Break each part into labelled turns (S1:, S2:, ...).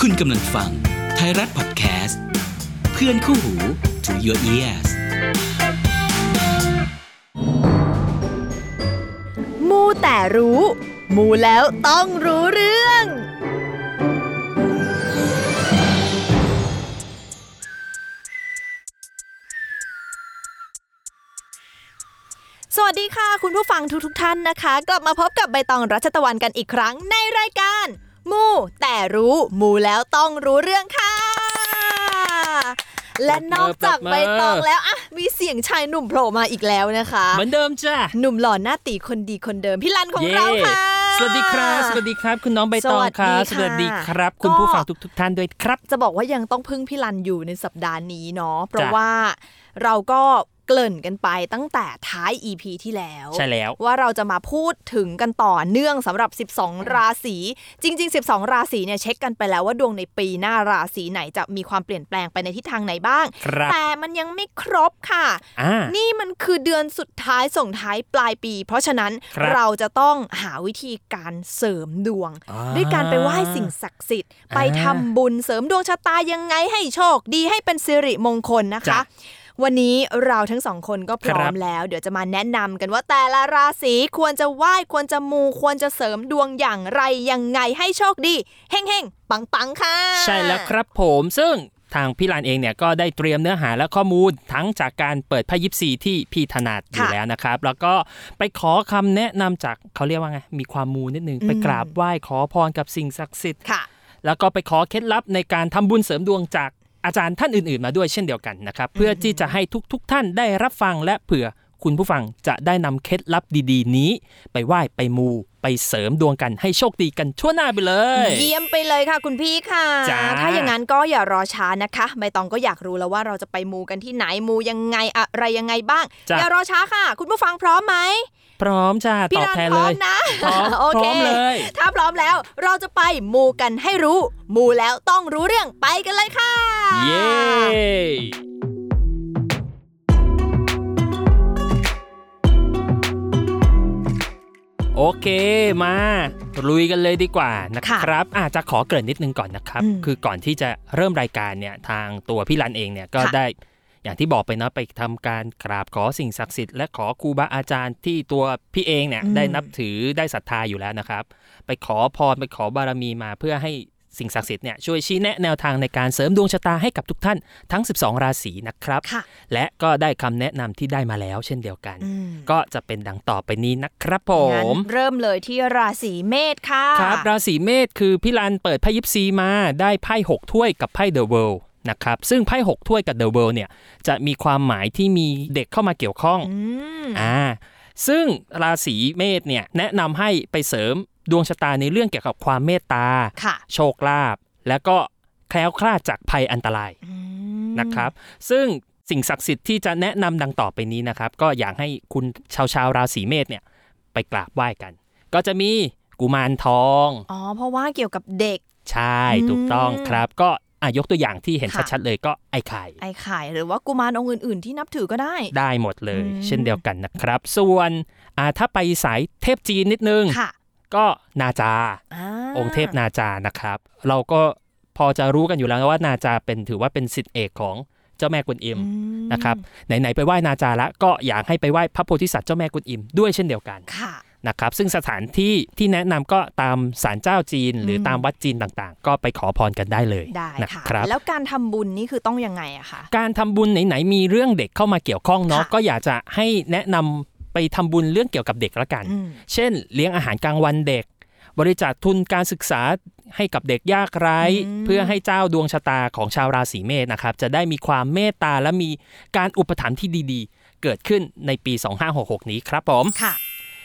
S1: คุณกำลังฟังไทยรัฐพอดแคสต์ เพื่อนคู่หู to your ears
S2: มูแต่รู้ มูแล้วต้องรู้เรื่อง สวัสดีค่ะ คุณผู้ฟังทุกทท่านนะคะ กลับมาพบกับใบตองรัชตะวันกันอีกครั้งในรายการ มูแต่รู้ มูแล้วต้องรู้เรื่องค่ะ และนอกจากใบตองแล้วอ่ะมีเสียงชายหนุ่มโผล่มาอีกแล้วนะคะ
S3: เหมือนเดิมจ้ะ
S2: หนุ่มหล่อหน้าตีคนดีคนเดิมพี่ลันของเราค่ะ
S3: สวัสดีครับ สวัสดีครับ คุณน้องใบตองครั
S2: ส
S3: บส
S2: วั
S3: วั
S2: ส
S3: ส
S2: ดี
S3: ดี
S2: ค่ะ
S3: ครับ คุณผู้ฟังทุกทุกๆท่านด้วยครับ
S2: จะบอกว่ายังต้องพึ่งพี่ลันอยู่ในสัปดาห์นี้เนาะเพราะว่าเราก็เกริ่นกันไปตั้งแต่ท้าย EP ที่แล้ว
S3: ใช่แล้ว
S2: ว่าเราจะมาพูดถึงกันต่อเนื่องสำหรับ 12 ราศี จริง ๆ 12 ราศีเนี่ยเช็คกันไปแล้วว่าดวงในปีหน้าราศีไหนจะมีความเปลี่ยนแปลงไปในทิศทางไหนบ้าง
S3: ครับ
S2: แต่มันยังไม่ครบค่ะ
S3: อ่า
S2: นี่มันคือเดือนสุดท้ายส่งท้ายปลายปี เพราะฉะนั้น
S3: ครับ
S2: เราจะต้องหาวิธีการเสริมดวง
S3: อ่
S2: ด้วยการไปไหว้สิ่งศักดิ์สิทธิ์
S3: อ่า
S2: ไปทำบุญเสริมดวงชะตายังไงให้โชค ดีให้เป็นสิริมงคลนะคะ
S3: จ้ะ
S2: วันนี้เราทั้งสองคนก็พร้อ
S3: ครั
S2: ม
S3: บ
S2: แล้ว เดี๋ยวจะมาแนะนำกันว่าแต่ละราศีควรจะไหว้ควรจะมูควรจะเสริมดวงอย่างไรยังไงให้โชคดีเฮ้งๆปังๆค่ะ
S3: ใช่แล้วครับผมซึ่งทางพี่ลานเองเนี่ยก็ได้เตรียมเนื้อหาและข้อมูลทั้งจากการเปิดไพ่ยิปซีที่พี่ถนัดอยู่
S2: ค่ะ
S3: แล้วนะครับ แล้วก็ไปขอคำแนะนำจากเขาเรียกว่าไงมีความมูนิดนึง
S2: อืม
S3: ไปกราบไหว้ขอพรกับสิ่งศักดิ์สิทธิ์
S2: ค่ะ
S3: แล้วก็ไปขอเคล็ดลับในการทำบุญเสริมดวงจากอาจารย์ท่านอื่นๆ มาด้วยเช่นเดียวกันนะครับเพื่อที่จะให้ทุกๆท่านได้รับฟังและเผื่อคุณผู้ฟังจะได้นำเคล็ดลับดีๆ นี้ ไปไหว้ไปมู ไปเสริมดวงกันให้โชคดีกันชั่วหน้าไปเลย
S2: เยี่ยมไปเลยค่ะคุณพี่ค่ะ
S3: จ้า
S2: ถ้าอย่างนั้นก็อย่ารอช้านะคะใบตองก็อยากรู้แล้วว่าเราจะไปมูกันที่ไหนมูยังไงอะไรยังไงบ้าง
S3: จ้ะ
S2: อย่ารอช้าค่ะ คุณผู้ฟังพร้อมไหม
S3: พร้อมจ้าต
S2: พี่
S3: อบ
S2: รัน
S3: แทน
S2: พ
S3: เล
S2: ร้อม
S3: ย
S2: นะ
S3: พร้อม
S2: โอ
S3: พ
S2: เค
S3: ร้อมเลย
S2: ถ้าพร้อมแล้วเราจะไปมูกันให้รู้ มูแล้วต้องรู้เรื่องไปกันเลยค่ะ
S3: เย้ โอเคมาลุยกันเลยดีกว่านะ
S2: ค่ะ
S3: ครับอาจจะขอเกริ่นนิดนึงก่อนนะครับ
S2: อืม
S3: คือก่อนที่จะเริ่มรายการเนี่ยทางตัวพี่รันเองเนี่ยก็
S2: ค่ะ
S3: ได้ อย่างที่บอกไปเนาะไปทำการกราบขอสิ่งศักดิ์สิทธิ์และขอครูบาอาจารย์ที่ตัวพี่เองเนี่ย
S2: อืม
S3: ได้นับถือได้ศรัทธาอยู่แล้วนะครับ ไปขอพรไปขอบารมีมาเพื่อให้สิ่งศักดิ์สิทธิ์เนี่ยช่วยชี้แนะแนวทางในการเสริมดวงชะตาให้กับทุกท่านทั้ง 12 ราศีนะครับ
S2: ค่ะ
S3: และก็ได้คำแนะนำที่ได้มาแล้วเช่นเดียวกัน
S2: อืม
S3: ก็จะเป็นดังต่อไปนี้นะครับผ
S2: งั้น
S3: ม
S2: เริ่มเลยที่ราศีเมษค่ะ
S3: ครับราศีเมษคือพี่ลันเปิดไพ่ยิปซีมาได้ไพ่6ถ้วยกับไพ่เดอะเวิลด์นะครับซึ่งไพ่6ถ้วยกับเดอะเวิลด์เนี่ยจะมีความหมายที่มีเด็กเข้ามาเกี่ยวข้อง
S2: อืม
S3: อ่าซึ่งราศีเมษเนี่ยแนะนำให้ไปเสริมดวงชะตาในเรื่องเกี่ยวกับความเมตตา
S2: ค่ะ
S3: โชคลาภและก็แคล้วคลาดจากภัยอันตราย
S2: อืม
S3: นะครับซึ่งสิ่งศักดิ์สิทธิ์ที่จะแนะนำดังต่อไปนี้นะครับก็อยากให้คุณชาวชาวๆราศีเมษเนี่ยไปกราบไหว้กัน ก็จะมีกุมารทอง
S2: อ๋อเพราะว่าเกี่ยวกับเด็ก
S3: ใช่
S2: อืม
S3: ถูกต้องครับ ก็อายกตัวอย่างที่เห็น
S2: ค่ะ
S3: ชัดๆเลยก็ไอ้ไข่
S2: ไอ้ไข่หรือว่ากุมารองค์อื่น ๆ ที่นับถือก็ได้
S3: ได้หมดเลย
S2: อืม
S3: เช่นเดียวกันนะครับ ส่วนอ่าถ้าไปสายเทพจีนนิดนึง
S2: ค่ะ
S3: ก็นาจา
S2: อา
S3: องค์เทพนาจานะครับ เราก็พอจะรู้กันอยู่แล้วว่านาจาเป็นถือว่าเป็นสิทธิเอกของเจ้าแม่กวนอิม
S2: อืม
S3: นะครับไหนๆไปไหว้นาจาละก็อยากให้ไปไหว้พระโพธิสัตว์เจ้าแม่กวนอิมด้วยเช่นเดียวกัน
S2: ค่ะ
S3: นะครับ ซึ่งสถานที่ที่แนะนำก็ตามศาลเจ้าจีน หรืออ
S2: ม
S3: ตามวัดจีนต่างๆ ก็ไปขอพรกันได้เลย
S2: ได้
S3: นะ
S2: ค่ะ
S3: ครับ
S2: แล้วการทำบุญนี่คือต้องยังไงอะคะ
S3: การทำบุญไหนๆมีเรื่องเด็กเข้ามาเกี่ยวข้องเนาะ
S2: ค่ะ
S3: ก็อยากจะให้แนะนำไปทำบุญเรื่องเกี่ยวกับเด็กละกัน
S2: อืม
S3: เช่น เลี้ยงอาหารกลางวันเด็ก บริจาคทุนการศึกษาให้กับเด็กยากไร้
S2: อืม
S3: เพื่อให้เจ้าดวงชะตาของชาวราศีเมษนะครับ จะได้มีความเมตตาและมีการอุปถัมภ์ที่ดีๆ เกิดขึ้นในปี 2566 นี้ครับผม
S2: ค่ะ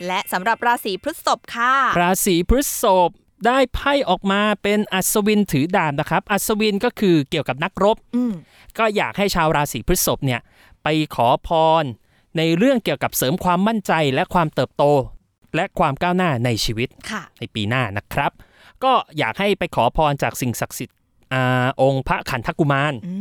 S2: และสำหรับราศีพฤษภค่ะ
S3: ราศีพฤษภได้ไพ่ออกมาเป็นอัศวินถือดาบนะครับ อัศวินก็คือเกี่ยวกับนักรบ
S2: อืม
S3: ก็อยากให้ชาวราศีพฤษภเนี่ยไปขอพร ในเรื่องเกี่ยวกับเสริมความมั่นใจและความเติบโต และความก้าวหน้าในชีวิต
S2: ค่ะ
S3: ในปีหน้านะครับ ก็อยากให้ไปขอพรจากสิ่งศักดิ์สิทธิ์อาองค์พระขันธกุมาร
S2: อื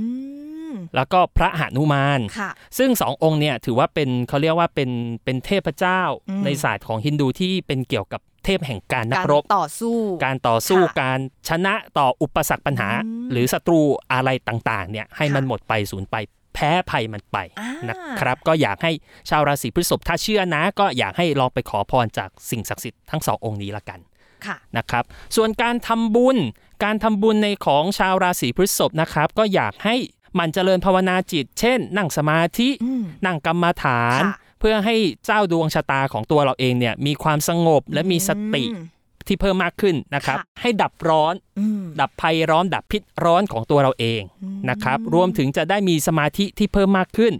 S2: ม
S3: แล้วก็พระหนุมาน
S2: ค่ะ
S3: ซึ่งสององค์เนี่ยถือว่าเป็นเขาเรียกว่าเป็นเป็นเทพเจ้า
S2: อืม
S3: ในศาสตร์ของฮินดูที่เป็นเกี่ยวกับ เทพแห่งการนั
S2: กาก ร
S3: รบ
S2: ต่อสู้
S3: การต่อสู้
S2: ค่ะ
S3: การชนะต่ออุปสรรคปัญหา
S2: อืม
S3: หรือศัตรูอะไรต่างๆเนี่ยให้มัน
S2: ค่ะ
S3: หมดไปสูญไปแพ้ภัยมันไป
S2: อ่าน
S3: นะครับ ก็อยากให้ชาวราศีพฤษภถ้าเชื่อนะ ก็อยากให้ลองไปขอพรจากสิ่งศักดิ์สิทธิ์ทั้งสององค์นี้ละกัน
S2: ค่ะ
S3: นะครับส่วนการทำบุญการทำบุญในของชาวราศีพฤษภนะครับ ก็อยากให้หมันเจริญภาวนาจิต เช่น นั่งสมาธิ
S2: อืม
S3: นั่งกรรมาฐาน
S2: ค่ะ
S3: เพื่อให้เจ้าดวงชะตาของตัวเราเองเนี่ยมีความสงบและมีสติ
S2: อืม
S3: ที่เพิ่มมากขึ้นนะครับ
S2: ค่ะ
S3: ให้ดับร้อน
S2: อืม
S3: ดับภัยร้อนดับพิษร้อนของตัวเราเอง
S2: อืม
S3: นะครับ รวมถึงจะได้มีสมาธิที่เพิ่มมากขึ้น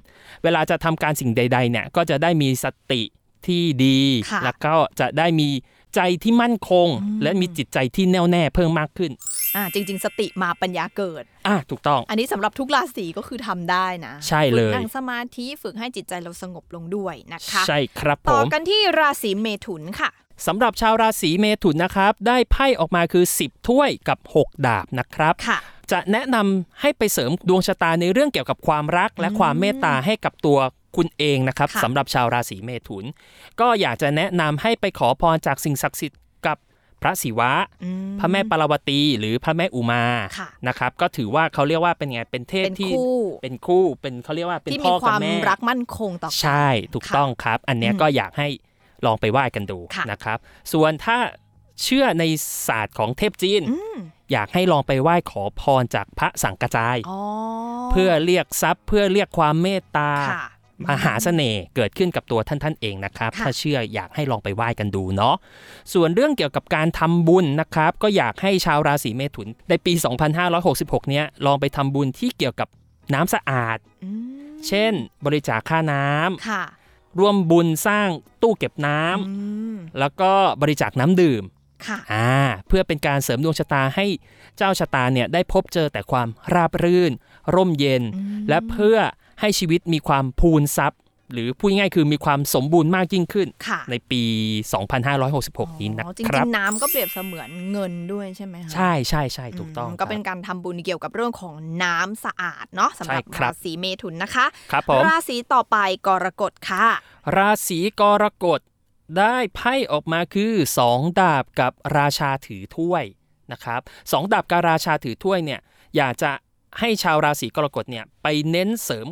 S3: เวลาจะทำการสิ่งใดๆเนี่ยก็จะได้มีสติที่ดี
S2: ค่ะ
S3: แล้วก็จะได้มีใจที่มั่นคง และมีจิตใจที่แน่วแน่เพิ่มมากขึ้น
S2: อ่าจริง ๆ สติมาปัญญาเกิด
S3: อ่ะถูกต้อง
S2: อันนี้สำหรับทุกราศีก็คือทำได้นะ
S3: ใช่เลย
S2: ฝึกนั่งสมาธิฝึกให้จิตใจเราสงบลงด้วยนะคะ
S3: ใช่ครับผ
S2: ต่อ
S3: ม
S2: กันที่ราศีเมถุนค่ะ
S3: สำหรับชาวราศีเมถุนนะครับ ได้ไพ่ออกมาคือ 10 ถ้วยกับ 6 ดาบนะครับ
S2: ค่ะ
S3: จะแนะนำให้ไปเสริมดวงชะตาในเรื่องเกี่ยวกับความรักและความเมตตาให้กับตัวคุณเองนะครับ
S2: ค่ะ
S3: สำหรับชาวราศีเมถุน ก็อยากจะแนะนำให้ไปขอพรจากสิ่งศักดิ์สิทธิ์กับพระศิวะ
S2: อืม
S3: พระแม่ปารวตีหรือพระแม่อุมา
S2: ค่ะ
S3: นะครับ ก็ถือว่าเขาเรียกว่าเป็นไงเป็นเทพ
S2: เป็น
S3: ที่
S2: คู่
S3: เป็นคู่เป็นเขาเรียกว่าเป็น
S2: ที่มี
S3: พ่อ
S2: ค
S3: กับ
S2: วาม
S3: แม่
S2: รักมั่นคงต่อ
S3: ใช่ถูก
S2: ค่ะ
S3: ต้องครับ อันเนี้ย
S2: อืม
S3: ก็อยากให้ลองไปไหว้กันดู
S2: ค่ะ
S3: นะครับ ส่วนถ้าเชื่อในศาสตร์ของเทพจีน
S2: อืม
S3: อยากให้ลองไปไหว้ขอพรจากพระสังกระจาย
S2: อ๋อ
S3: เพื่อเรียกทรัพย์เพื่อเรียกความเมตตา
S2: ค่ะ
S3: มหาเสน่ห์เกิดขึ้นกับตัวท่านท่านๆเองนะครับ
S2: ค่ะ
S3: ถ้าเชื่ออยากให้ลองไปไหว้กันดูเนาะส่วนเรื่องเกี่ยวกับการทำบุญนะครับ ก็อยากให้ชาวราศีเมถุนในปี 2566 เนี้ยลองไปทำบุญที่เกี่ยวกับน้ำสะอาด
S2: อืม
S3: เช่น บริจาคค่าน้ำ
S2: ค่ะ
S3: ร่วมบุญสร้างตู้เก็บน้ำ
S2: อืม
S3: แล้วก็บริจาคน้ำดื่ม
S2: ค่ะ
S3: อ่าเพื่อเป็นการเสริมดวงชะตาให้เจ้าชะตาเนี่ยได้พบเจอแต่ความราบรื่น ร่มเย็น
S2: อืม
S3: และเพื่อให้ชีวิตมีความพูนทรัพย์ หรือพูดง่ายๆคือมีความสมบูรณ์มากยิ่งขึ้น
S2: ค่ะ
S3: ในปี 2566 นี้นะ
S2: อ๋อจ
S3: ครั
S2: ริ
S3: บ
S2: งๆน้ำก็เปรียบเสมือนเงินด้วยใช่ไหมคะ
S3: ใช่ใช่ใช่ถูกต้อง
S2: มก็เป็น
S3: ครับ
S2: การทำบุญเกี่ยวกับเรื่องของน้ำสะอาดเนาะสำหรับ
S3: ใช่ครับ
S2: ราศีเมถุนนะคะ
S3: ครับผม
S2: ราศีต่อไปกรกฎค่ะ
S3: ราศีกรกฎได้ไพ่ออกมาคือสองดาบกับราชาถือถ้วยนะครับสองดาบกับราชาถือถ้วยเนี่ยอยากจะให้ชาวราศีกรกฎเนี่ยไปเน้นเสริม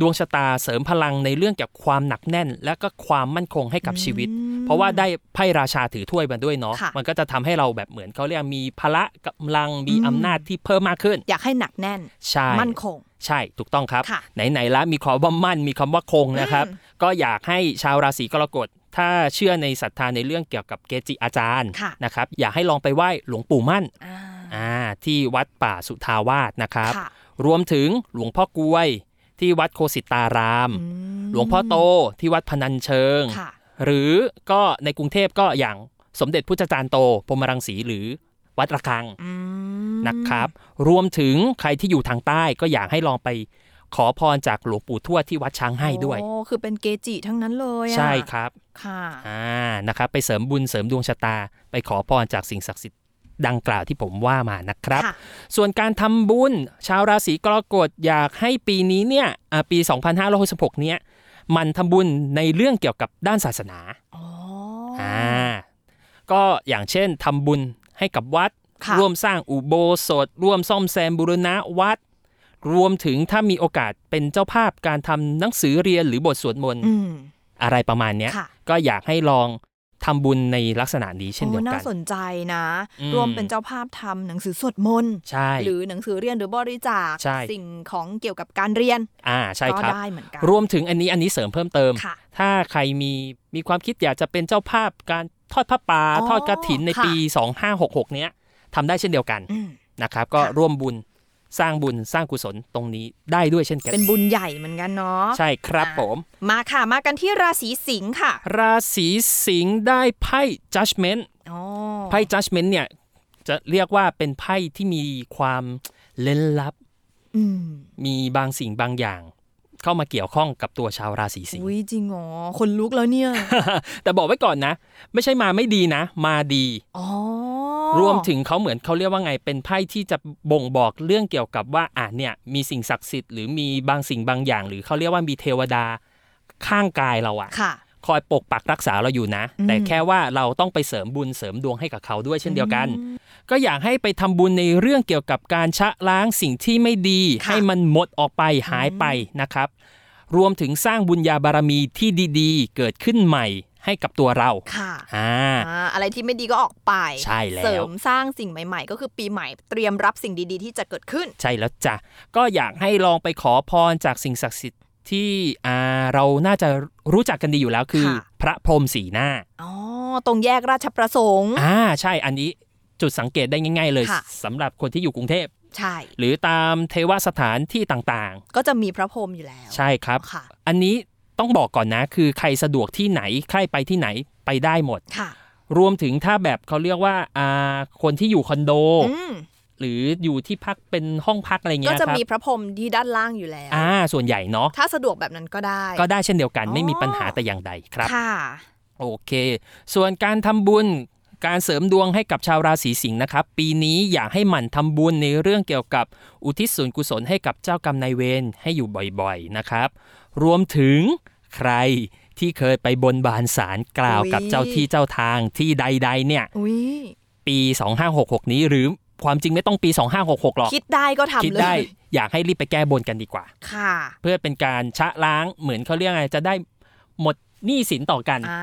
S3: ดวงชะตาเสริมพลังในเรื่องเกี่ยวกับความหนักแน่น และก็ความมั่นคงให้กับชีวิต
S2: อืม
S3: เพราะว่าได้ไพ่ราชาถือถ้วยมาด้วยเนาะ
S2: ค่ะ
S3: มันก็จะทำให้เราแบบเหมือนเขาเรียกมีพละกำลังมีอำนาจที่เพิ่มมากขึ้น
S2: อยากให้หนักแน่น
S3: ใช่
S2: มั่นคง
S3: ใช่ถูกต้องครับ
S2: ค่ะ
S3: ไหนๆละมีคำว่ามั่นมีคำว่าคงนะครับ
S2: อืม
S3: ก็อยากให้ชาวราศีกรกฎถ้าเชื่อในศรัทธาในเรื่องเกี่ยวกับเกจิอาจารย์
S2: ค่ะ
S3: นะครับ อยากให้ลองไปไหว้หลวงปู่มั่น
S2: อ่า
S3: อ่าที่วัดป่าสุทาวาสนะครับ
S2: ค่ะ
S3: รวมถึงหลวงพ่อกวย ที่วัดโคสิตาราม
S2: อืม
S3: หลวงพ่อโตที่วัดพนัญเชิง
S2: ค่ะ
S3: หรือก็ในกรุงเทพก็อย่างสมเด็จพุทธจารย์โตพรหมรังสีหรือวัดระฆัง
S2: อืม
S3: นะครับ รวมถึงใครที่อยู่ทางใต้ก็อยากให้ลองไปขอพรจากหลวงปู่ทวดที่วัดช้างให้ด้วย
S2: โอ้คือเป็นเกจิทั้งนั้นเลยอะ
S3: ใช่ครับ
S2: ค่ะ
S3: อ่านะครับ ไปเสริมบุญเสริมดวงชะตา ไปขอพรจากสิ่งศักดิ์สิทธิ์ดังกล่าวที่ผมว่ามานะครับ
S2: ค่ะ
S3: ส่วนการทำบุญ ชาวราศีกรกฎอยากให้ปีนี้เนี่ยอ่าปี 2566 เนี่ยมันทำบุญในเรื่องเกี่ยวกับด้านศาสนา
S2: อ๋ออ
S3: อ่าก็อย่างเช่นทำบุญให้กับวัด
S2: ค่ะ
S3: ร่วมสร้างอุโบสถ ร่วมซ่อมแซมบูรณะวัด รวมถึงถ้ามีโอกาสเป็นเจ้าภาพการทำหนังสือเรียนหรือบทสวดมนต์
S2: อืม
S3: อะไรประมาณเนี้ย
S2: ค่ะ
S3: ก็อยากให้ลองทำบุญในลักษณะนี้เช่นเดียว
S2: โอ้
S3: กั
S2: น่าน สนใจนะ
S3: อืม
S2: รวมเป็นเจ้าภาพทำหนังสือสวดมนต์
S3: ใช่
S2: หรือหนังสือเรียนหรือบริจาค
S3: ใช่
S2: สิ่งของเกี่ยวกับการเรียน
S3: อ่าใช่
S2: ก็
S3: ครับ
S2: ได้เหมือนกัน
S3: รวมถึงอันนี้อันนี้เสริมเพิ่มเติม
S2: ค่ะ
S3: ถ้าใครมีมีความคิดอยากจะเป็นเจ้าภาพการทอดผ้าป่า
S2: อ๋อ
S3: ทอดกระถินใน
S2: ค่ะ
S3: ปี 2566 เนี้ยทำได้เช่นเดียวกัน
S2: อืม
S3: นะครับ ก็
S2: ค่ะ
S3: ร่วมบุญสร้างบุญสร้างกุศลตรงนี้ได้ด้วยเช่นกัน
S2: เป็นบุญใหญ่เหมือนกันเนาะ
S3: ใช่ครับ
S2: อ่า
S3: ผม
S2: มาค่ะ มากันที่ราศีสิงค์ค่ะ
S3: ราศีสิงห์ได้ไพ่ judgment
S2: อ๋อ
S3: ไพ่ judgment เนี่ยจะเรียกว่าเป็นไพ่ที่มีความเล่นลับ
S2: อืม
S3: มีบางสิ่งบางอย่าง เข้ามาเกี่ยวข้องกับตัวชาวราศีสิงห์
S2: อุ้ยจริงอ๋อคนลุกแล้วเนี่ย
S3: แต่บอกไว้ก่อนนะ ไม่ใช่มาไม่ดีนะ มาดี
S2: อ๋อ
S3: รวมถึงเขาเหมือนเขาเรียกว่าไงเป็นไพ่ที่จะบ่งบอกเรื่องเกี่ยวกับว่าอ่ะเนี่ยมีสิ่งศักดิ์สิทธิ์หรือมีบางสิ่งบางอย่าง หรือเขาเรียกว่ามีเทวดาข้างกายเราอะ
S2: ค่ะ
S3: คอยปกปักรักษาเราอยู่นะ แต่แค่ว่าเราต้องไปเสริมบุญเสริมดวงให้กับเขาด้วยเช่นเดียวกัน ก็อยากให้ไปทำบุญในเรื่องเกี่ยวกับการชะล้างสิ่งที่ไม่ดี
S2: ค่ะ
S3: ให้มันหมดออกไปหายไปนะครับ รวมถึงสร้างบุญญาบารมีที่ดีๆ เกิดขึ้นใหม่ให้กับตัวเรา
S2: ค่ะ
S3: อ่า
S2: อ่าอะไรที่ไม่ดีก็ออกไป
S3: ใช่แล้ว
S2: เสริมสร้างสิ่งใหม่ ๆ ก็คือปีใหม่เตรียมรับสิ่งดีๆ ที่จะเกิดขึ้น
S3: ใช่แล้วจ้ะก็อยากให้ลองไปขอพรจากสิ่งศักดิ์สิทธิ์ที่อ่าเราน่าจะรู้จักกันดีอยู่แล้วคือ
S2: ค่ะ
S3: พระพรหมสีหน้า
S2: อ๋อตรงแยกราชประสงค์
S3: อ่าใช่อันนี้จุดสังเกตได้ง่าย ๆ เลย
S2: ค่ะ
S3: สำหรับคนที่อยู่กรุงเทพ
S2: ใช่
S3: หรือตามเทวสถานที่ต่าง
S2: ก็จะมีพระพรหมอยู่แล้ว
S3: ๆ ใช่ครับ
S2: ค่ะ
S3: อันนี้ต้องบอกก่อนนะคือใครสะดวกที่ไหนใครไปที่ไหนไปได้หมด
S2: ค่ะ
S3: รวมถึงถ้าแบบเขาเรียกว่าอ่าคนที่อยู่คอนโด
S2: อืม
S3: หรืออยู่ที่พักเป็นห้องพักอะไรเงี้
S2: ก็
S3: ยค
S2: จะ
S3: รับ
S2: มีพระพรหมที่ด้านล่างอยู่แล้ว
S3: อ่าส่วนใหญ่เนาะ
S2: ถ้าสะดวกแบบนั้นก็ได้
S3: ก็ได้เช่นเดียวกัน
S2: อ๋อ
S3: ไม่มีปัญหาแต่อย่างใดครับ
S2: ค่ะ
S3: โอเค ส่วนการทำบุญ การเสริมดวงให้กับชาวราศีสิงห์นะครับ ปีนี้อยากให้หมั่นทำบุญในเรื่องเกี่ยวกับอุทิศส่วนกุศลให้กับเจ้ากรรมนายเวรให้อยู่บ่อยๆนะครับ รวมถึงใครที่เคยไปบนบานศาลกล่าวกับ
S2: อุ๊ย
S3: เจ้าที่เจ้าทางที่ใดๆเนี่ย
S2: อุ้ย
S3: ปี 2566 นี้หรือความจริงไม่ต้องปี 2566 หรอก
S2: คิดได้ก็ทำ
S3: ด
S2: เล
S3: ได้
S2: ย
S3: อยากให้รีบไปแก้บนกันดีกว่า
S2: ค่ะ
S3: เพื่อเป็นการชะล้างเหมือนเขาเรียกอะไรจะได้หมดหนี้สินต่อกัน
S2: อ่า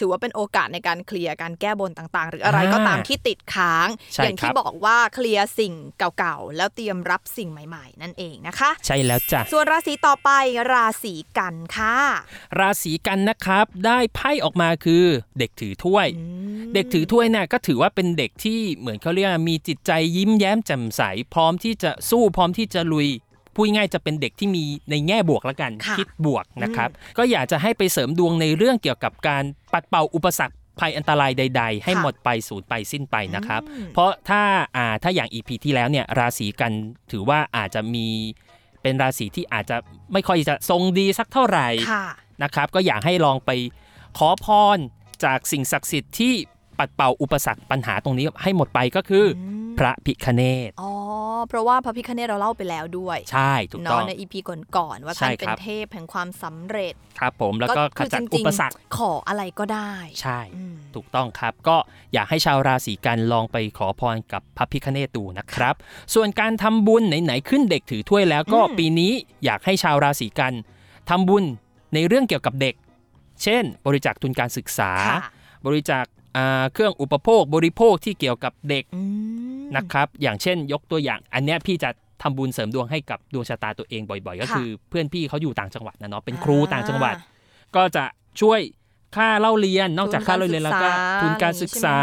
S2: ถือว่าเป็นโอกาสในการเคลียร์การแก้บนต่างๆ หรืออะไรก็ตาม
S3: อ่า
S2: ที่ติดค้าง
S3: ใช่
S2: อย่าง
S3: ค
S2: ที่
S3: รับ
S2: บอกว่าเคลียร์สิ่งเก่าๆ แล้วเตรียมรับสิ่งใหม่ๆ นั่นเองนะคะ
S3: ใช่แล้วจ้ะ
S2: ส่วนราศีต่อไปราศีกันค่ะ
S3: ราศีกันนะครับได้ไพ่ออกมาคือเด็กถือถ้วย เด็กถือถ้วยน่ะก็ถือว่าเป็นเด็กที่เหมือนเขาเรียกว่ามีจิตใจยิ้มแย้มแจ่มใส พร้อมที่จะสู้พร้อมที่จะลุยพูดง่ายๆจะเป็นเด็กที่มีในแง่บวกละกัน
S2: ค่ะ
S3: คิดบวกนะครับ ก็อยากจะให้ไปเสริมดวงในเรื่องเกี่ยวกับการปัดเป่าอุปสรรคภัยอันตรายใด ๆ ให้
S2: ค่ะ
S3: หมดไปสูญไปสิ้นไปนะครับ
S2: อืม
S3: เพราะถ้าอ่าถ้าอย่างอีพีที่แล้วเนี่ยราศีกันถือว่าอาจจะมีเป็นราศีที่อาจจะไม่ค่อยจะทรงดีสักเท่าไหร่
S2: ค่ะ
S3: นะครับก็อยากให้ลองไปขอพรจากสิ่งศักดิ์สิทธิ์ที่ปัดเป่าอุปสรรคปัญหาตรงนี้ให้หมดไปก็คืออพระพิคเนต
S2: อ๋อ เพราะว่าพระพิคเนตเราเล่าไปแล้วด้วย
S3: ใช่ถูกต้
S2: เนาะ
S3: อง
S2: ในอีพีก่อนๆว่าท่านเป็
S3: ใช่ค
S2: น
S3: รับ
S2: เทพแห่งความสำเร็จ
S3: ครับผมแล้วก็ข
S2: คือ
S3: จัด
S2: จ
S3: อุ
S2: ริง
S3: ป
S2: ๆ
S3: สรรค
S2: ขออะไรก็ได้
S3: ใช่
S2: อืม
S3: ถูกต้องครับ ก็อยากให้ชาวราศีกันลองไปขอพรกับพระพิคเนตดูนะครับ ส่วนการทำบุญไหนๆขึ้นเด็กถือถ้วยแล้วก็
S2: อืม
S3: ปีนี้อยากให้ชาวราศีกันทำบุญในเรื่องเกี่ยวกับเด็ก เช่น บริจาคทุนการศึกษา
S2: ค่ะ
S3: บริจาคอ่าเครื่องอุปโภคบริโภคที่เกี่ยวกับเด็ก
S2: อืม
S3: นะครับ อย่างเช่นยกตัวอย่าง อันเนี้ยพี่จะทำบุญเสริมดวงให้กับดวงชะตาตัวเองบ่อยๆ ก็
S2: ค่ะ
S3: คือเพื่อนพี่เขาอยู่ต่างจังหวัดนะเนาะ เป็นครูต่างจังหวัด ก็จะช่วยค่าเล่าเรียน นอกจากค่าเล่าเรียนแล้วก็ทุนการศึกษา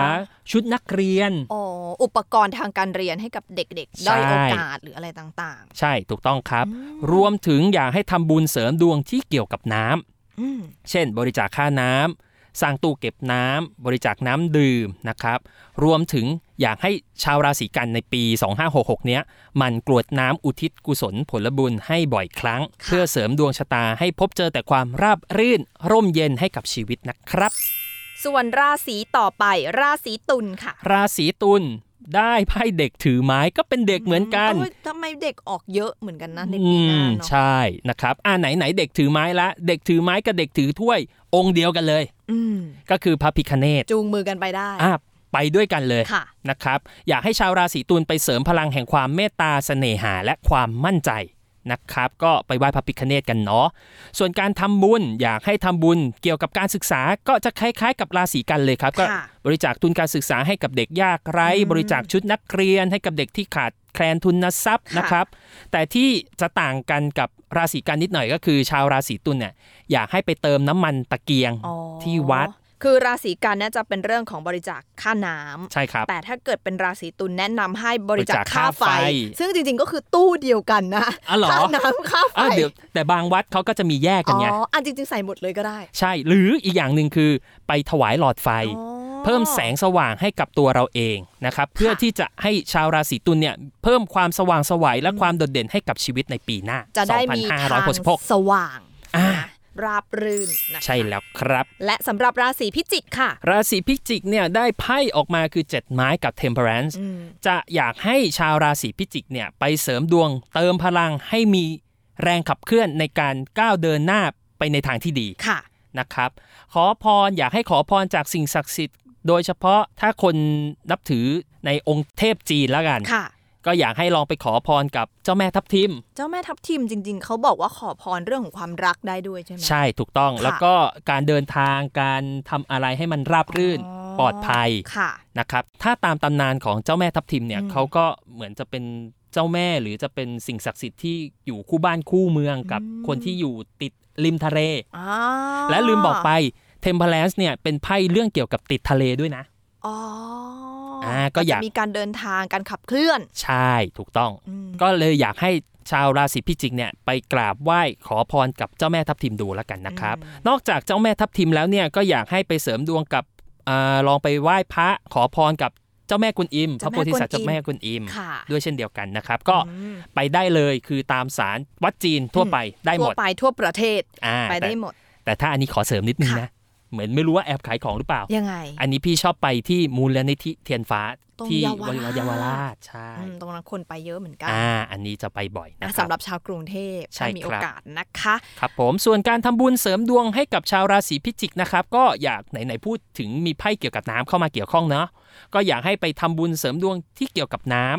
S3: ชุดนักเรียน
S2: อ๋อ อุปกรณ์ทางการเรียนให้กับเด็กๆ
S3: ใช่
S2: ด้อยโอกาสหรืออะไรต่าง
S3: ใช่ถูกต้องครับ รวมถึงอยากให้ทำบุญเสริมดวงที่เกี่ยวกับน้ำ
S2: ๆ อืม
S3: เช่น บริจาคค่าน้ำสร้างตู้เก็บน้ำบริจาคน้ำดื่มนะครับ รวมถึงอยากให้ชาวราศีกันในปี 2566 เนี้ยหมันกรวดน้ำอุทิศกุศลผลบุญให้บ่อยครั้ง เพื่อเสริมดวงชะตาให้พบเจอแต่ความราบรื่น ร่มเย็นให้กับชีวิตนะครับ
S2: ส่วนราศีต่อไปราศีตุลค่ะ
S3: ราศีตุลได้ไพ่เด็กถือไม้ก็เป็นเด็กเหมือนกัน
S2: เอ้ยทำไมเด็กออกเยอะเหมือนกันนะใน
S3: อื
S2: ปีหน้าม เนาะ
S3: ใช่นะครับอ่าไหนไหนๆเด็กถือไม้ละเด็กถือไม้กับเด็กถือถ้วย องค์เดียวกันเลย
S2: อืม
S3: ก็คือพระพิคเนต
S2: จูงมือกันไปได้
S3: อ่ะไปด้วยกันเลย
S2: ค่ะ
S3: นะครับอยากให้ชาวราศีตุลไปเสริมพลังแห่งความเมตตาเสน่หาและความมั่นใจนะครับ ก็ไปไหว้พระพิคเนตกันเนาะส่วนการทำบุญอยากให้ทำบุญเกี่ยวกับการศึกษาก็จะคล้ายๆ กับราศีกันเลยครับ ก็
S2: ค่ะ
S3: บริจาคทุนการศึกษาให้กับเด็กยากไร้
S2: อืม
S3: บริจาคชุดนักเรียนให้กับเด็กที่ขาดแคลนทุนทรัพย์นะครับ แต่ที่จะต่างกันกับราศีกันนิดหน่อยก็คือ ชาวราศีตุลเนี่ยอยากให้ไปเติมน้ำมันตะเกียง
S2: อ๋อ
S3: ที่วัด
S2: คือราศีกันเนี่ยจะเป็นเรื่องของบริจาคค่าน้ำ
S3: ใช่ครับ
S2: แต่ถ้าเกิดเป็นราศีตุลแนะนำให้บริจาค
S3: บริจาค
S2: ค่า
S3: ค่า
S2: ไฟ
S3: ไฟ
S2: ซึ่งจริงๆก็คือตู้เดียวกันนะ
S3: อ๋อเหรอ
S2: ค่าน้ำค่าไฟ
S3: อ่ะเดี๋ยวแต่บางวัดเขาก็จะมีแยกกันไง
S2: อ๋ออันจริงๆใส่หมดเลยก็ได้
S3: ใช่ หรืออีกอย่างหนึ่งคือไปถวายหลอดไฟ
S2: อ๋อ
S3: เพิ่มแสงสว่างให้กับตัวเราเองนะครับ เพื่อที่จะให้ชาวราศีตุลเนี่ยเพิ่มความสว่างไสวัยและความโดดเด่นให้กับชีวิตในปีหน้า
S2: จะได้มีทาง
S3: 2566
S2: สว่าง
S3: อ่า
S2: นะราบรื่นนะคะ
S3: ใช่แล้วครับ
S2: และสำหรับราศีพิจิกค่ะ
S3: ราศีพิจิกเนี่ยได้ไพ่ออกมาคือ 7 ไม้กับ Temperance
S2: อืม
S3: จะอยากให้ชาวราศีพิจิกเนี่ยไปเสริมดวงเติมพลังให้มีแรงขับเคลื่อนในการก้าวเดินหน้าไปในทางที่ดี
S2: ค่ะ
S3: นะครับ ขอพรอยากให้ขอพรจากสิ่งศักดิ์สิทธิ์โดยเฉพาะถ้าคนนับถือในองค์เทพจีนแล้วกัน
S2: ค่ะ
S3: ก็อยากให้ลองไปขอพรกับเจ้าแม่ทับทิม
S2: เจ้าแม่ทับทิมจริง ๆ เขาบอกว่าขอพรเรื่องของความรักได้ด้วยใช่ไหม
S3: ใช่ถูกต้อง
S2: ค่ะ
S3: แล้วก็การเดินทางการทำอะไรให้มันราบรื่น
S2: อ๋
S3: ปลอดภัย
S2: ค่ะ
S3: นะครับถ้าตามตำนานของเจ้าแม่ทับทิมเนี่ย
S2: อืม
S3: เขาก็เหมือนจะเป็นเจ้าแม่หรือจะเป็นสิ่งศักดิ์สิทธิ์ที่อยู่คู่บ้านคู่เมืองกับคนที่อยู่ติดริมทะเล
S2: อ๋อ
S3: และลืมบอกไปเทมเพลนส์เนี่ยเป็นไพ่เรื่องเกี่ยวกับติดทะเลด้วยนะ
S2: อ๋ออา
S3: ก็อยาก
S2: จะมีการเดินทางการขับเคลื่อน
S3: ใช่ถูกต้อง
S2: อืม
S3: ก็เลยอยากให้ชาวราศีพิจิกเนี่ยไปกราบไหว้ขอพรกับเจ้าแม่ทับทิมดูแล้วกันนะครับ นอกจากเจ้าแม่ทับทิมแล้วเนี่ยก็อยากให้ไปเสริมดวงกับอาลองไปไหว้พระขอพรกับเจ้าแม่กุนอิมพระโพธิสัตว์เจ้าแม่กุนอิม
S2: ค่ะ
S3: ด้วยเช่นเดียวกันนะครับ ก็
S2: อืม
S3: ไปได้เลยคือตามสารวัดจีนทั่วไปได้หม
S2: ทั่ว
S3: ด
S2: ไปทั่วประเทศ
S3: อ่า
S2: ไป
S3: แต่
S2: ได้หมด
S3: แต่ถ้าอันนี้ขอเสริมนิดนึง
S2: ค่ะ
S3: นะเหมือนไม่รู้ว่าแอบขายของหรือเปล่า
S2: ยังไง
S3: อันนี้พี่ชอบไปที่มูลนิธิเทียนฟ้า
S2: ตรง
S3: ที่
S2: เยาวราช
S3: เยาวราชใช่
S2: อืมตรงนั้นคนไปเยอะเหมือนกัน
S3: อ่าอันนี้จะไปบ่อยนะ
S2: อ่ะ
S3: ครับ
S2: สำหรับชาวกรุงเทพ
S3: ใช่
S2: ถ้ามี
S3: ค
S2: โอ
S3: รับ
S2: กาสนะคะ
S3: ครับผมส่วนการทำบุญเสริมดวงให้กับชาวราศีพิจิกนะครับ ก็อยากไหนๆพูดถึงมีไพ่เกี่ยวกับน้ำเข้ามาเกี่ยวข้องเนาะก็อยากให้ไปทำบุญเสริมดวงที่เกี่ยวกับน้ำ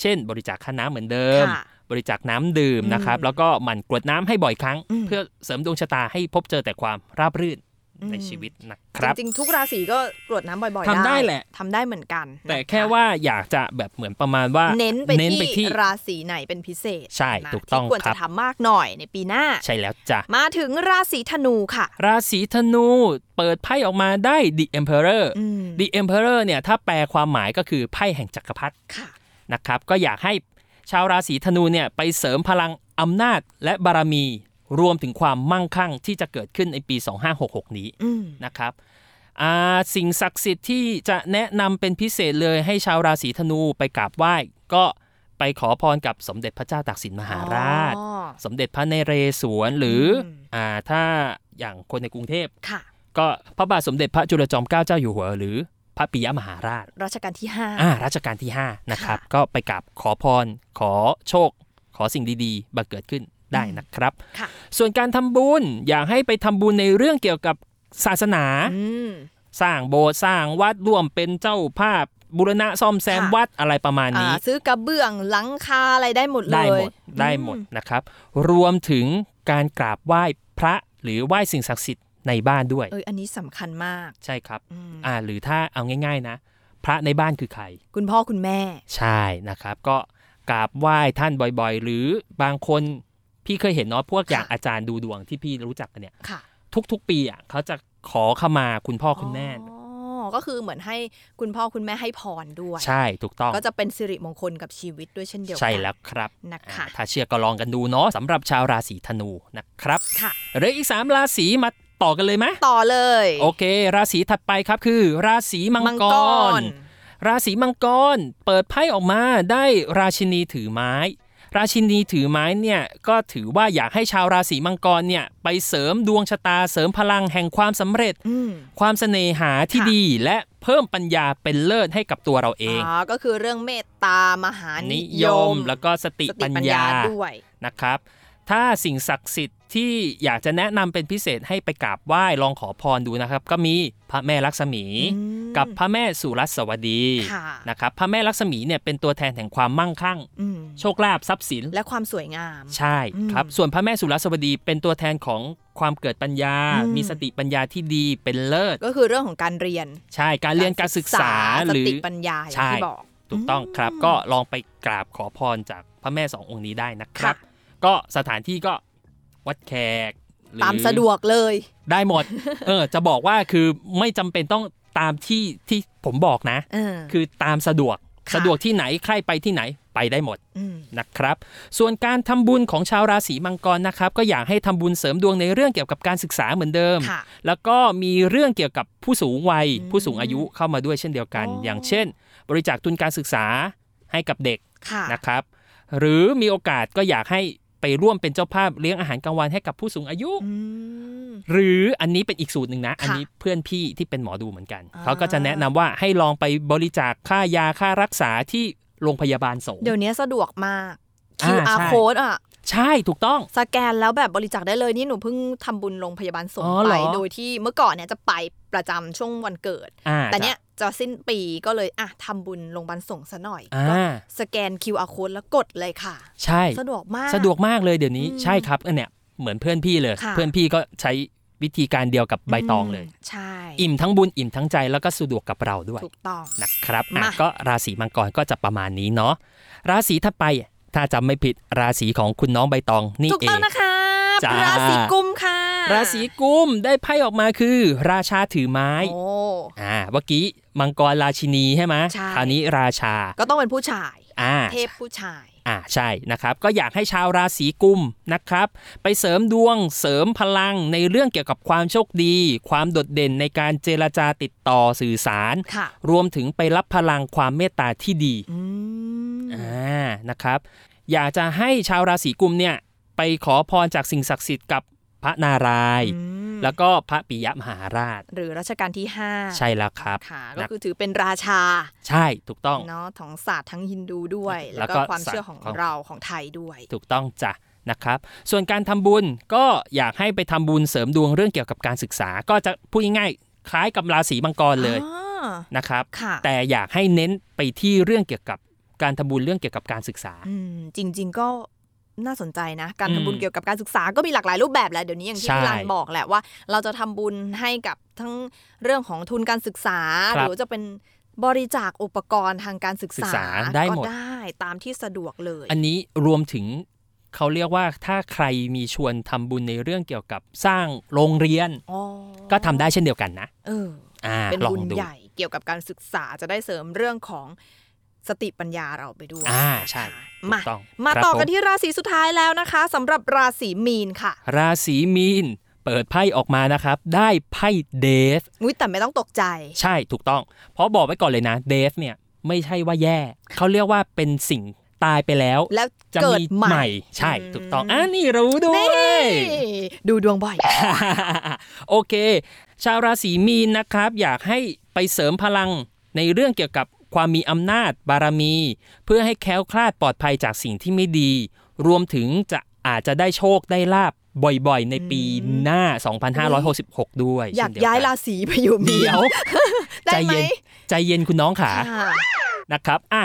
S3: เช่น บริจาคค่าน้ำเหมือนเดิม
S2: ค่ะ
S3: บริจาคน้ำดื่มนะครับ
S2: อืม
S3: แล้วก็หมั่นกรวดน้ำให้บ่อยครั้ง
S2: อืม
S3: เพื่อเสริมดวงชะตาให้พบเจอแต่ความราบรื่น
S2: อืม
S3: ในชีวิตนะครับ
S2: จริงๆ ทุกราศีก็กรวดน้ำบ่อยๆ
S3: ทำได้แหละ
S2: ทำได้เหมือนกัน
S3: แต่
S2: นะคะ
S3: แค่ว่าอยากจะแบบเหมือนประมาณว่า
S2: เน้นไปที่
S3: ที่
S2: ราศีไหนเป็นพิเศษ
S3: ใช่
S2: นะ
S3: ถูกต้อง
S2: ที่ควร
S3: ครั
S2: จะ
S3: บ
S2: ทำมากหน่อยในปีหน้า
S3: ใช่แล้วจ้ะ
S2: มาถึงราศีธนูค่ะ
S3: ราศีธนูเปิดไพ่ออกมาได้ The Emperor
S2: อืม
S3: The Emperor เนี่ยถ้าแปลความหมายก็คือไพ่แห่งจักรพรรดิ
S2: ค่ะ
S3: นะครับ ก็อยากให้ชาวราศีธนูเนี่ยไปเสริมพลังอำนาจและบารมี รวมถึงความมั่งคั่งที่จะเกิดขึ้นในปี 2566 นี้
S2: อืม
S3: นะครับอ่าสิ่งศักดิ์สิทธิ์ที่จะแนะนำเป็นพิเศษเลยให้ชาวราศีธนูไปกราบไหว้ ก็ไปขอพรกับสมเด็จพระเจ้าตากสินมหาราช
S2: อ๋อ
S3: สมเด็จพระนเรศวรหรืออ
S2: ม
S3: อ่าถ้าอย่างคนในกรุงเทพ
S2: ค่ะ
S3: ก็พระบาทสมเด็จพระจุลจอมเกล้าเจ้าอยู่หัว หรือพระปิยมหาราช
S2: รัชกาลที่ห้า
S3: อ่ารัชกาลที่ 5 นะครับ ก็ไปกราบขอพร ขอโชค ขอสิ่งดีๆ บังเกิดขึ้นได้นะครับ
S2: ค่ะ
S3: ส่วนการทำบุญอยากให้ไปทำบุญในเรื่องเกี่ยวกับศาสนา
S2: อืม
S3: สร้างโบสถ์สร้างวัดร่วมเป็นเจ้าภาพบูรณะซ่อมแซม
S2: ค่ะ
S3: วัดอะไรประมาณนี้
S2: อ่าซื้อกระเบื้องหลังคาอะไรได้หมดเลย
S3: ได้หมดได้หมด
S2: อื
S3: นะครับ รวมถึงการกราบไหว้พระหรือไหว้สิ่งศักดิ์สิทธิ์ในบ้านด้วย
S2: เอออันนี้สำคัญมาก
S3: ใช่ครับ
S2: อืม
S3: อ่าหรือถ้าเอาง่าย ๆนะ พระในบ้านคือใคร
S2: คุณพ่อคุณแม่
S3: ใช่นะครับ ก็กราบไหว้ท่านบ่อยๆ หรือบางคนพี่เคยเห็นเนาะพวกอย่าง
S2: ค่ะ
S3: อาจารย์ดูดวงที่พี่รู้จักกันเนี่ย
S2: ค่ะ
S3: ทุกๆ ปีอ่ะเขาจะขอขมาคุณพ่อคุณแม่
S2: อ๋อก็คือเหมือนให้คุณพ่อคุณแม่ให้พรด้วย
S3: ใช่ถูกต้อง
S2: ก็จะเป็นสิริมงคลกับชีวิตด้วยเช่นเดียวกั
S3: ใช่แล้วครับ
S2: นะคะ
S3: อ่าถ้าเชื่อก็ลองกันดูเนาะสำหรับชาวราศีธนูนะครับ
S2: ค่ะ
S3: เหลืออีกสามราศีมาต่อกันเลยไหม
S2: ต่อเลย
S3: โอเค ราศีถัดไปครับคือ ราศีมังกร ราศีมังกรเปิดไพ่ออกมาได้ราชินีถือไม้ ราชินีถือไม้เนี่ยก็ถือว่าอยากให้ชาวราศีมังกรเนี่ยไปเสริมดวงชะตาเสริมพลังแห่งความสำเร็จ
S2: อืม
S3: ความเสน่หาที่ดี และเพิ่มปัญญาเป็นเลิศให้กับตัวเราเอง
S2: อ๋อก็คือเรื่องเมตตามหานิ
S3: นิยมแล้วก็สติ
S2: สติ
S3: ปัญ
S2: ปัญ
S3: ญา
S2: ญาด้วย
S3: นะครับ ถ้าสิ่งศักดิ์สิทธิ์ที่อยากจะแนะนำเป็นพิเศษให้ไปกราบไหว้ลองขอพรดูนะครับ ก็มีพระแม่ลักษมี
S2: อืม
S3: กับพระแม่สุรัสวดี
S2: ค่ะ
S3: นะครับพระแม่ลักษมีเนี่ยเป็นตัวแทนแห่งความมั่งคั่ง
S2: อืม
S3: โชคลาภทรัพย์สิน
S2: และความสวยงาม
S3: ใช่
S2: อืม
S3: ครับ ส่วนพระแม่สุรัสวดีเป็นตัวแทนของความเกิดปัญญา
S2: อืม
S3: มีสติปัญญาที่ดีเป็นเลิศ
S2: ก็คือเรื่องของการเรียน
S3: ใช่การเรียนการศึกษา
S2: ส
S3: หรือ
S2: ติปัญญาอย่า
S3: ใช่
S2: งที่บอก
S3: ถูกต้องครับ
S2: อืม
S3: ก็ลองไปกราบขอพรจากพระแม่สององค์นี้ได้นะครับ
S2: ค่ะ
S3: ก็สถานที่ก็วัดแขกหรือ
S2: ตามสะดวกเลย
S3: ได้หมด เออจะบอกว่าคือไม่จำเป็นต้องตามที่ที่ผมบอกนะ
S2: เออ
S3: คือตามสะดวก
S2: ค่ะ
S3: สะดวกที่ไหนใครไปที่ไหนไปได้หมด
S2: ม
S3: นะครับส่วนการทำบุญของชาวราศีมังกรนะครับก็อยากให้ทำบุญเสริมดวงในเรื่องเกี่ยวกับการศึกษาเหมือนเดิม
S2: ค่ะ
S3: แล้วก็มีเรื่องเกี่ยวกับผู้สูงวัย
S2: อืม
S3: ผู้สูงอายุเข้ามาด้วยเช่นเดียวกัน
S2: อ๋อ
S3: อ
S2: อ
S3: ย่างเช่น บริจาคทุนการศึกษาให้กับเด็ก
S2: ค่ะ
S3: นะครับ หรือมีโอกาสก็อยากให้ไปร่วมเป็นเจ้าภาพเลี้ยงอาหารกลางวันให้กับผู้สูงอายุ
S2: อืม
S3: หรืออันนี้เป็นอีกสูตรหนึ่งนะ อันนี้เพื่อนพี่ที่เป็นหมอดูเหมือนกัน เขาก็จะแนะนำว่าให้ลองไปบริจาคค่ายาค่ารักษาที่โรงพยาบาลสงฆ์
S2: เดี๋ยวนี้สะดวกมาก
S3: อ่าใช่
S2: QR code อ่ะ
S3: ใช่ถูกต้อง
S2: สแกนแล้วแบบบริจาคได้เลยนี่หนูเพิ่งทำบุญโรงพยาบาลสง
S3: อ๋
S2: ฆ์
S3: อเห
S2: ไป
S3: รอ
S2: โดยที่เมื่อก่อนเนี่ยจะไปประจำช่วงวันเกิด
S3: อ่า
S2: แต่เนี้ยจะสิ้นปีก็เลยอ่ะทำบุญโรงพยาบาลสงฆ์ซะหน่อย
S3: อ่า
S2: ก็สแกน QR code แล้วกดเลยค่ะ
S3: ใช่
S2: สะดวกมาก
S3: สะดวกมากเลยเดี๋ยวนี้
S2: อืม
S3: ใช่ครับอันเนี้ยเหมือนเพื่อนพี่เลย
S2: ค่ะ
S3: เพื่อนพี่ก็ใช้วิธีการเดียวกับใบตองเลย
S2: มใช่
S3: อิ่มทั้งบุญอิ่มทั้งใจแล้วก็สะดวกกับเราด้วย
S2: ถูกต้อง
S3: นะครับอ่ะ
S2: มา
S3: ก็ราศีมังกรก็จะประมาณนี้เนาะราศีถัดไปถ้าจำไม่ผิดราศีของคุณน้องใบตองนี่
S2: ถูก
S3: เอ
S2: ต้อง งนะคะ
S3: จ้า
S2: ราศีกุมค่ะ
S3: ราศีกุมได้ไพ่ออกมาคือ ราชาถือไม้
S2: โอ้
S3: อ่าเมื่อกี้มังกรราชินีใช่ไหม
S2: ใช่
S3: คราวนี้ราชา
S2: ก็ต้องเป็นผู้ชาย
S3: อ่า
S2: เทพผู้ชาย
S3: อ่าใช่นะครับก็อยากให้ชาวราศีกุมนะครับ ไปเสริมดวงเสริมพลังในเรื่องเกี่ยวกับความโชคดี ความโดดเด่นในการเจรจาติดต่อสื่อสาร
S2: ค่ะ
S3: รวมถึงไปรับพลังความเมตตาที่ดี
S2: อืม
S3: อ่านะครับ อยากจะให้ชาวราศีกุมเนี่ยไปขอพรจากสิ่งศักดิ์สิทธิ์กับพระนารายณ์
S2: อืม
S3: แล้วก็พระปิยมหาราช
S2: หรือรัชกาลที่ห้า
S3: ใช่แล้วครับ
S2: ค่ะ ก็
S3: นะ
S2: คือถือเป็นราชา
S3: ใช่ถูกต้อง
S2: เนาะของศาสตร์ทั้งฮินดูด้วย
S3: แล้
S2: แล้ว ว
S3: ก็
S2: ก็ความเชื่อของ
S3: ศาสตร์ของ
S2: เราของไทยด้วย
S3: ถูกต้องจ้ะนะครับ ส่วนการทำบุญก็อยากให้ไปทำบุญเสริมดวงเรื่องเกี่ยวกับการศึกษา ก็จะพูดง่ายๆคล้ายกับราศีมังกรเลย
S2: อ่า
S3: นะครับ
S2: ค่ะ
S3: แต่อยากให้เน้นไปที่เรื่องเกี่ยวกับการทำบุญเรื่องเกี่ยวกับการศึกษา
S2: อืมจริง ๆ ก็น่าสนใจนะ การ
S3: อืม
S2: ทำบุญเกี่ยวกับการศึกษาก็มีหลากหลายรูปแบบแหละเดี๋ยวนี้อย่างที่
S3: ใช่
S2: พี่ลันบอกแหละว่า เราจะทำบุญให้กับทั้งเรื่องของทุนการศึกษา
S3: ค
S2: ห
S3: รับ
S2: รือจะเป็นบริจาคอุปกรณ์ทางการศึก
S3: ศึ
S2: ษาก
S3: ษาได้หมด
S2: ก็ได้ตามที่สะดวกเลย
S3: อันนี้รวมถึงเขาเรียกว่าถ้าใครมีชวนทำบุญในเรื่องเกี่ยวกับสร้างโรงเรียน
S2: อ๋อ
S3: ก็ทำได้เช่นเดียวกันนะ
S2: เออ
S3: อ่า
S2: เป็น
S3: ลอง
S2: บุญ
S3: ดู
S2: ใหญ่เกี่ยวกับการศึกษาจะได้เสริมเรื่องของสติปัญญาเราไปด้วย
S3: อ่าใช่ถู
S2: มาก
S3: ต้อง
S2: มา
S3: ครับ
S2: ต่อ
S3: ผ
S2: กันที่ราศีสุดท้ายแล้วนะคะสำหรับราศีมีนค่ะ
S3: ราศีมีน เปิดไพ่ออกมานะครับ ได้ไพ่เดฟ
S2: อุ้ยแต่ไม่ต้องตกใจ
S3: ใช่ถูกต้อง เพราะบอกไว้ก่อนเลยนะเดฟเนี่ยไม่ใช่ว่าแย่ เขาเรียกว่าเป็นสิ่งตายไปแล้ว
S2: แล้ว
S3: จะ
S2: เกิด
S3: มี
S2: ให
S3: ให
S2: ม่
S3: ม่ ใช่
S2: อืม
S3: ถูกต้องอ่ะนี่รู้ด้ว
S2: นี่
S3: ย
S2: ดูดวงบ่อย
S3: โอเค ชาวราศีมีนนะครับ อยากให้ไปเสริมพลังในเรื่องเกี่ยวกับความมีอำนาจบารมี เพื่อให้แคล้วคลาดปลอดภัยจากสิ่งที่ไม่ดี รวมถึงจะอาจจะได้โชคได้ลาบบ่อยๆ ในปีหน้า 2566 ด้วย
S2: อยาก
S3: เช่นเดีว
S2: ย้ายราศีไปอยู่มีน
S3: เดี๋ยว
S2: ได้
S3: ใจ
S2: ไหม
S3: เย็นใจเย็นคุณน้องขา
S2: ค่ะ
S3: นะครับ อ่ะ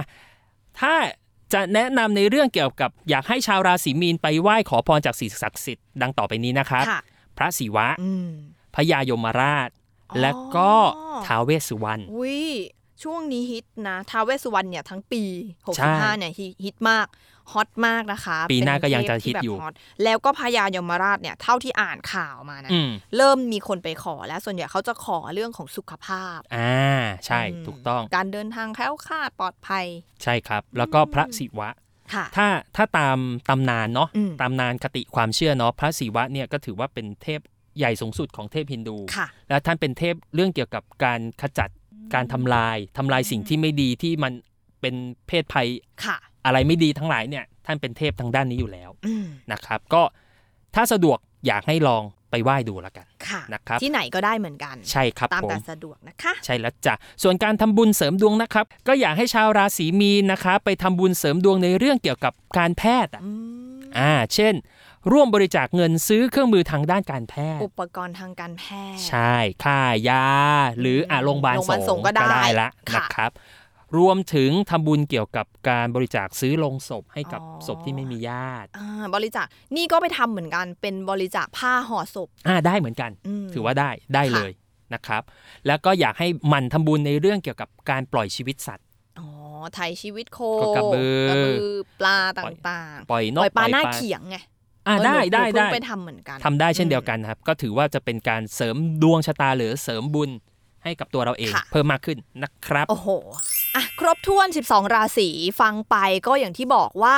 S3: ถ้าจะแนะนำในเรื่องเกี่ยวกับ อยากให้ชาวราศีมีนไปไหว้ขอพรจากสิ่งศักดิ์สิทธิ์ดังต่อไปนี้นะครับ
S2: ค่ะ
S3: พระศิวะ
S2: อืม
S3: พญายมราช
S2: อ๋อ
S3: และก็ท้าวเวสสุวรรณ
S2: อุ้ยช่วงนี้ฮิตนะทาเวสสุวรรณเนี่ยทั้งปี
S3: ใช่
S2: 65เนี่ยฮิตมากฮอตมากนะคะ
S3: ปีหน้า
S2: เ
S3: ก็ยังจะ
S2: เทพที่
S3: ฮิตอยู่
S2: แบบฮตแล้วก็พญายมราชเนี่ยเท่าที่อ่านข่าวมานะ
S3: อืม
S2: เริ่มมีคนไปขอแล้วส่วนใหญ่เขาจะขอเรื่องของสุขภาพ
S3: อ่า ใช่
S2: ม
S3: ถูกต้อง
S2: การเดินทางแคล้วคลาดปลอดภัย
S3: ใช่ครับ แล้วก็พระศิวะ
S2: ค่ะ
S3: ถ้า ถ้าตามตำนานเนาะ
S2: อืม
S3: ตำนานคติความเชื่อเนาะ พระศิวะเนี่ยก็ถือว่าเป็นเทพใหญ่สูงสุดของเทพฮินดู
S2: ค่ะ
S3: และท่านเป็นเทพเรื่องเกี่ยวกับการขจัด การทำลาย ทำลายสิ่งที่ไม่ดีที่มันเป็นเพศภัย
S2: ค่ะ
S3: อะไรไม่ดีทั้งหลายเนี่ยท่านเป็นเทพทางด้านนี้อยู่แล้ว
S2: อืม
S3: นะครับ ก็ถ้าสะดวกอยากให้ลองไปไหว้ดูละกัน
S2: ค่ะ
S3: นะครับ
S2: ที่ไหนก็ได้เหมือนกัน
S3: ใช่ครับ
S2: ตาม
S3: ผ
S2: แต่
S3: ม
S2: สะดวกนะคะ
S3: ใช่แล้วจ้ะส่วนการทำบุญเสริมดวงนะครับ ก็อยากให้ชาวราศีมีนนะครับไปทำบุญเสริมดวงในเรื่องเกี่ยวกับการแพทย์อะ
S2: อืม
S3: อ่า เช่น ร่วมบริจาคเงินซื้อเครื่องมือทางด้านการแพทย์
S2: อุปกรณ์ทางการแพทย์
S3: ใช่ค่ายา หรืออ่ะโรงพยาบาล
S2: โรงพยาบาล
S3: ส
S2: ส
S3: ง
S2: งฆ์
S3: ฆ์
S2: ก็
S3: ก็
S2: ได้
S3: ได้ละ
S2: ค่ะ
S3: นะครับ รวมถึงทำบุญเกี่ยวกับการบริจาคซื้อโลงศพให้กับ
S2: อ๋อ
S3: ศพที่ไม่มีญาติ
S2: อ่าบริจาคนี่ก็ไปทำเหมือนกันเป็นบริจาคผ้าห่อศพ
S3: อ่าได้เหมือนกัน
S2: ม
S3: ถือว่าได้ได้
S2: ค่ะ
S3: เลยนะครับ แล้วก็อยากให้หมันทำบุญในเรื่องเกี่ยวกับการปล่อยชีวิตสัตว์
S2: อ๋อไถชีวิตโค
S3: ก็กระบือ
S2: กระบือปลาต่างๆ
S3: ปล่อยน
S2: ป
S3: ก
S2: ล่อยปลาหน้าเขียงไง
S3: อ่า
S2: เออ
S3: ได้
S2: หนู
S3: ได้
S2: หนูเพิ่ง
S3: ได้
S2: ไปทำเหมือนกัน
S3: ทำได้เช่นเดียวกันนะครับ ก็ถือว่าจะเป็นการเสริมดวงชะตาหรือเสริมบุญให้กับตัวเราเอง เพิ่มมากขึ้นนะครับ
S2: โอ้โหอ่ะครบถ้วน 12 ราศีฟังไปก็อย่างที่บอกว่า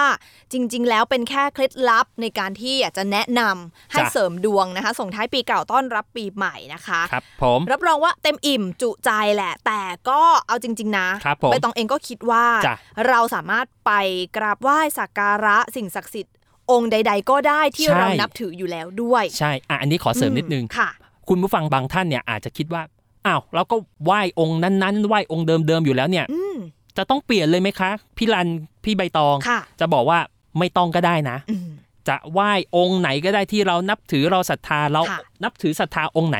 S2: จริง ๆ แล้วเป็นแค่เคล็ดลับในการที่อยากจะแนะนำให้
S3: จ้ะ
S2: เสริมดวงนะคะ ส่งท้ายปีเก่าต้อนรับปีใหม่นะคะ
S3: ครับผม
S2: รับรองว่าเต็มอิ่มจุใจแหละ แต่ก็เอาจริง ๆ นะครับ
S3: ผม
S2: ใบตองเองก็คิดว่า
S3: จ้ะ
S2: เราสามารถไปกราบไหว้สักการะสิ่งศักดิ์สิทธิ์องค์ใด ๆ ก็ได้ที่
S3: ใช่
S2: เรานับถืออยู่แล้วด้วย
S3: ใช่อ่ะอันนี้ขอเสริมนิดนึง
S2: อืค่ะ
S3: คุณผู้ฟังบางท่านเนี่ยอาจจะคิดว่า อ้าวเราก็ไหว้องค์นั้นๆไหว้องค์เดิมๆอยู่แล้วเนี่ย
S2: อืม
S3: จะต้องเปลี่ยนเลยไหมคะ พี่รันพี่ใบตอง
S2: ค่ะ
S3: จะบอกว่าไม่ต้องก็ได้นะ
S2: อืม
S3: จ จะไหว้องค์ไหนก็ได้ที่เรานับถือเราศรัทธาเรา
S2: ค่ะ
S3: นับถือศรัทธาองค์ไหน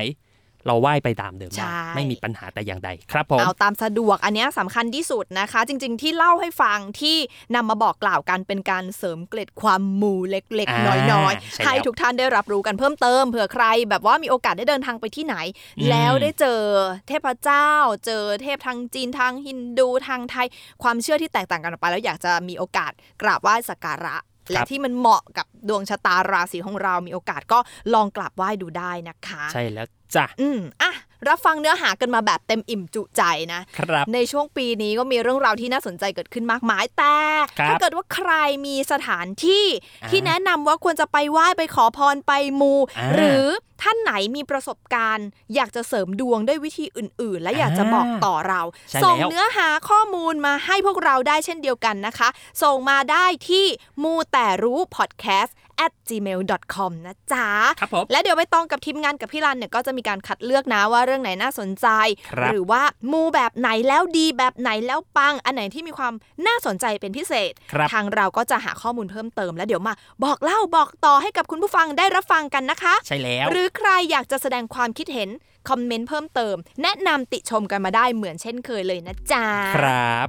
S3: เราไหว้ไปตามเดิมได้
S2: ใช่
S3: ไม่มีปัญหาแต่อย่างใดครับผม
S2: เอาตามสะดวกอันเนี้ยสำคัญที่สุดนะคะ จริงๆที่เล่าให้ฟังที่นำมาบอกกล่าวกันเป็นการเสริมเกล็ดความมูเล็ก
S3: า
S2: ๆ น้อยๆ
S3: ใช่
S2: ให้
S3: แล้ว
S2: ทุกท่านได้รับรู้กันเพิ่มเติมเผื่อใคร แบบว่ามีโอกาสได้เดินทางไปที่ไหน
S3: อืม
S2: แล้วได้เจอเทพเจ้า เจอเทพทางจีนทางฮินดูทางไทย ความเชื่อที่แตกต่างกันออกไป แล้วอยากจะมีโอกาสกราบไหว้สักการะ และที่มันเหมาะกับดวงชะตาราศีของเรามีโอกาสก็ลองกราบไหว้ดูได้นะคะ
S3: ใช่แล้วจ้ะ
S2: อืมอ่ะรับฟังเนื้อหากันมาแบบเต็มอิ่มจุใจนะ
S3: ครับ
S2: ในช่วงปีนี้ก็มีเรื่องราวที่น่าสนใจเกิดขึ้นมากมายแต่
S3: ครับ
S2: ถ้าเกิดว่าใครมีสถานที่
S3: อ่า
S2: ที่แนะนำว่าควรจะไปไหว้ไปขอพรไปมู
S3: อ่า
S2: หรือท่านไหนมีประสบการณ์ อยากจะเสริมดวงด้วยวิธีอื่น ๆ และอยากจะ
S3: อ่า
S2: บอกต่อเรา
S3: ใช่
S2: ส่ง
S3: แล้ว
S2: เนื้อหาข้อมูลมาให้พวกเราได้เช่นเดียวกันนะคะ ส่งมาได้ที่มูแต่รู้ podcast at gmail.com นะจ๊ะ
S3: ครับผม
S2: และเดี๋ยวไปตองกับทีมงานกับพี่รันเนี่ยก็จะมีการคัดเลือกนะว่าเรื่องไหนน่าสนใจ
S3: ครับ
S2: หรือว่ามูแบบไหนแล้วดีแบบไหนแล้วปัง อันไหนที่มีความน่าสนใจเป็นพิเศษ
S3: ครับ
S2: ทางเราก็จะหาข้อมูลเพิ่มเติมแล้วเดี๋ยวมา บอกเล่าบอกต่อให้กับคุณผู้ฟังได้รับฟังกันนะคะ
S3: ใช่แล้ว
S2: หรือใครอยากจะแสดงความคิดเห็น คอมเมนต์เพิ่มเติม แนะนำติชมกันมาได้เหมือนเช่นเคยเลยนะจ๊ะ
S3: ครับ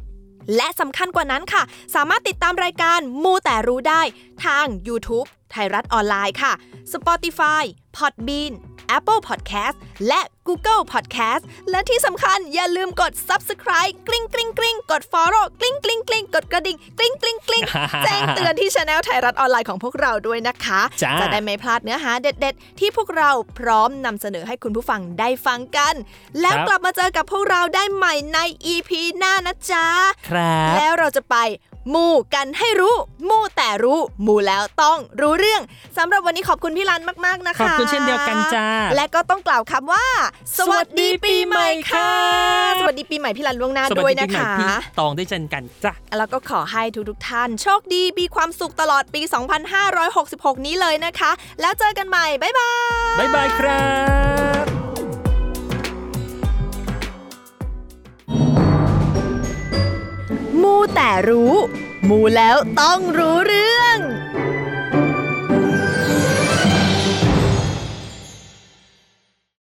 S2: และสำคัญกว่านั้นค่ะ สามารถติดตามรายการมูแต่รู้ได้ทาง YouTube ไทยรัฐออนไลน์ค่ะ Spotify Podbean Apple Podcast และ Google Podcast และที่สำคัญอย่าลืมกด Subscribe กริ๊งกริ๊งกริ๊งกด Follow กริ๊งกริ๊งกริ๊งกดกระดิ่งกริ๊งกริ๊งก ริ๊งแจ้งเตือนที่ช anel ไทยรัฐออนไลน์ของพวกเราด้วยนะคะ
S3: จ้า
S2: จะได้ไม่พลาดเนื้อหาเด็ด ๆ ที่พวกเราพร้อมนำเสนอให้คุณผู้ฟังได้ฟังกัน แล้วกลับมาเจอกับพวกเราได้ใหม่ใน EP หน้านะจ๊ะ
S3: ครับ
S2: แล้วเราจะไปมูกันให้รู้ มูแต่รู้ มูแล้วต้องรู้เรื่องสำหรับวันนี้ขอบคุณพี่รันมาก ๆ นะคะ
S3: ขอบคุณเช่นเดียวกันจ้า
S2: และก็ต้องกล่าวคำว่า ส
S3: สวั
S2: วัส
S3: สดี
S2: ดี
S3: ปี
S2: ปีให
S3: ใหม่
S2: ม่
S3: ครั
S2: ค่ะ
S3: บ
S2: สวัสดีปีใหม่พี่รันล่วงหน้า
S3: สวัส
S2: ด้วย
S3: ดี
S2: นะ
S3: ปีใหม่
S2: คะ
S3: พี่ตองด้วยเช่นกันจ้ะ
S2: แล้วก็ขอให้ทุกๆท่าน โชคดีมีความสุขตลอดปี 2566 นี้เลยนะคะ แล้วเจอกันใหม่ บ๊ายบาย
S3: บ๊ายบายครับ
S2: มูแต่รู้ มูแล้วต้องรู้เรื่อง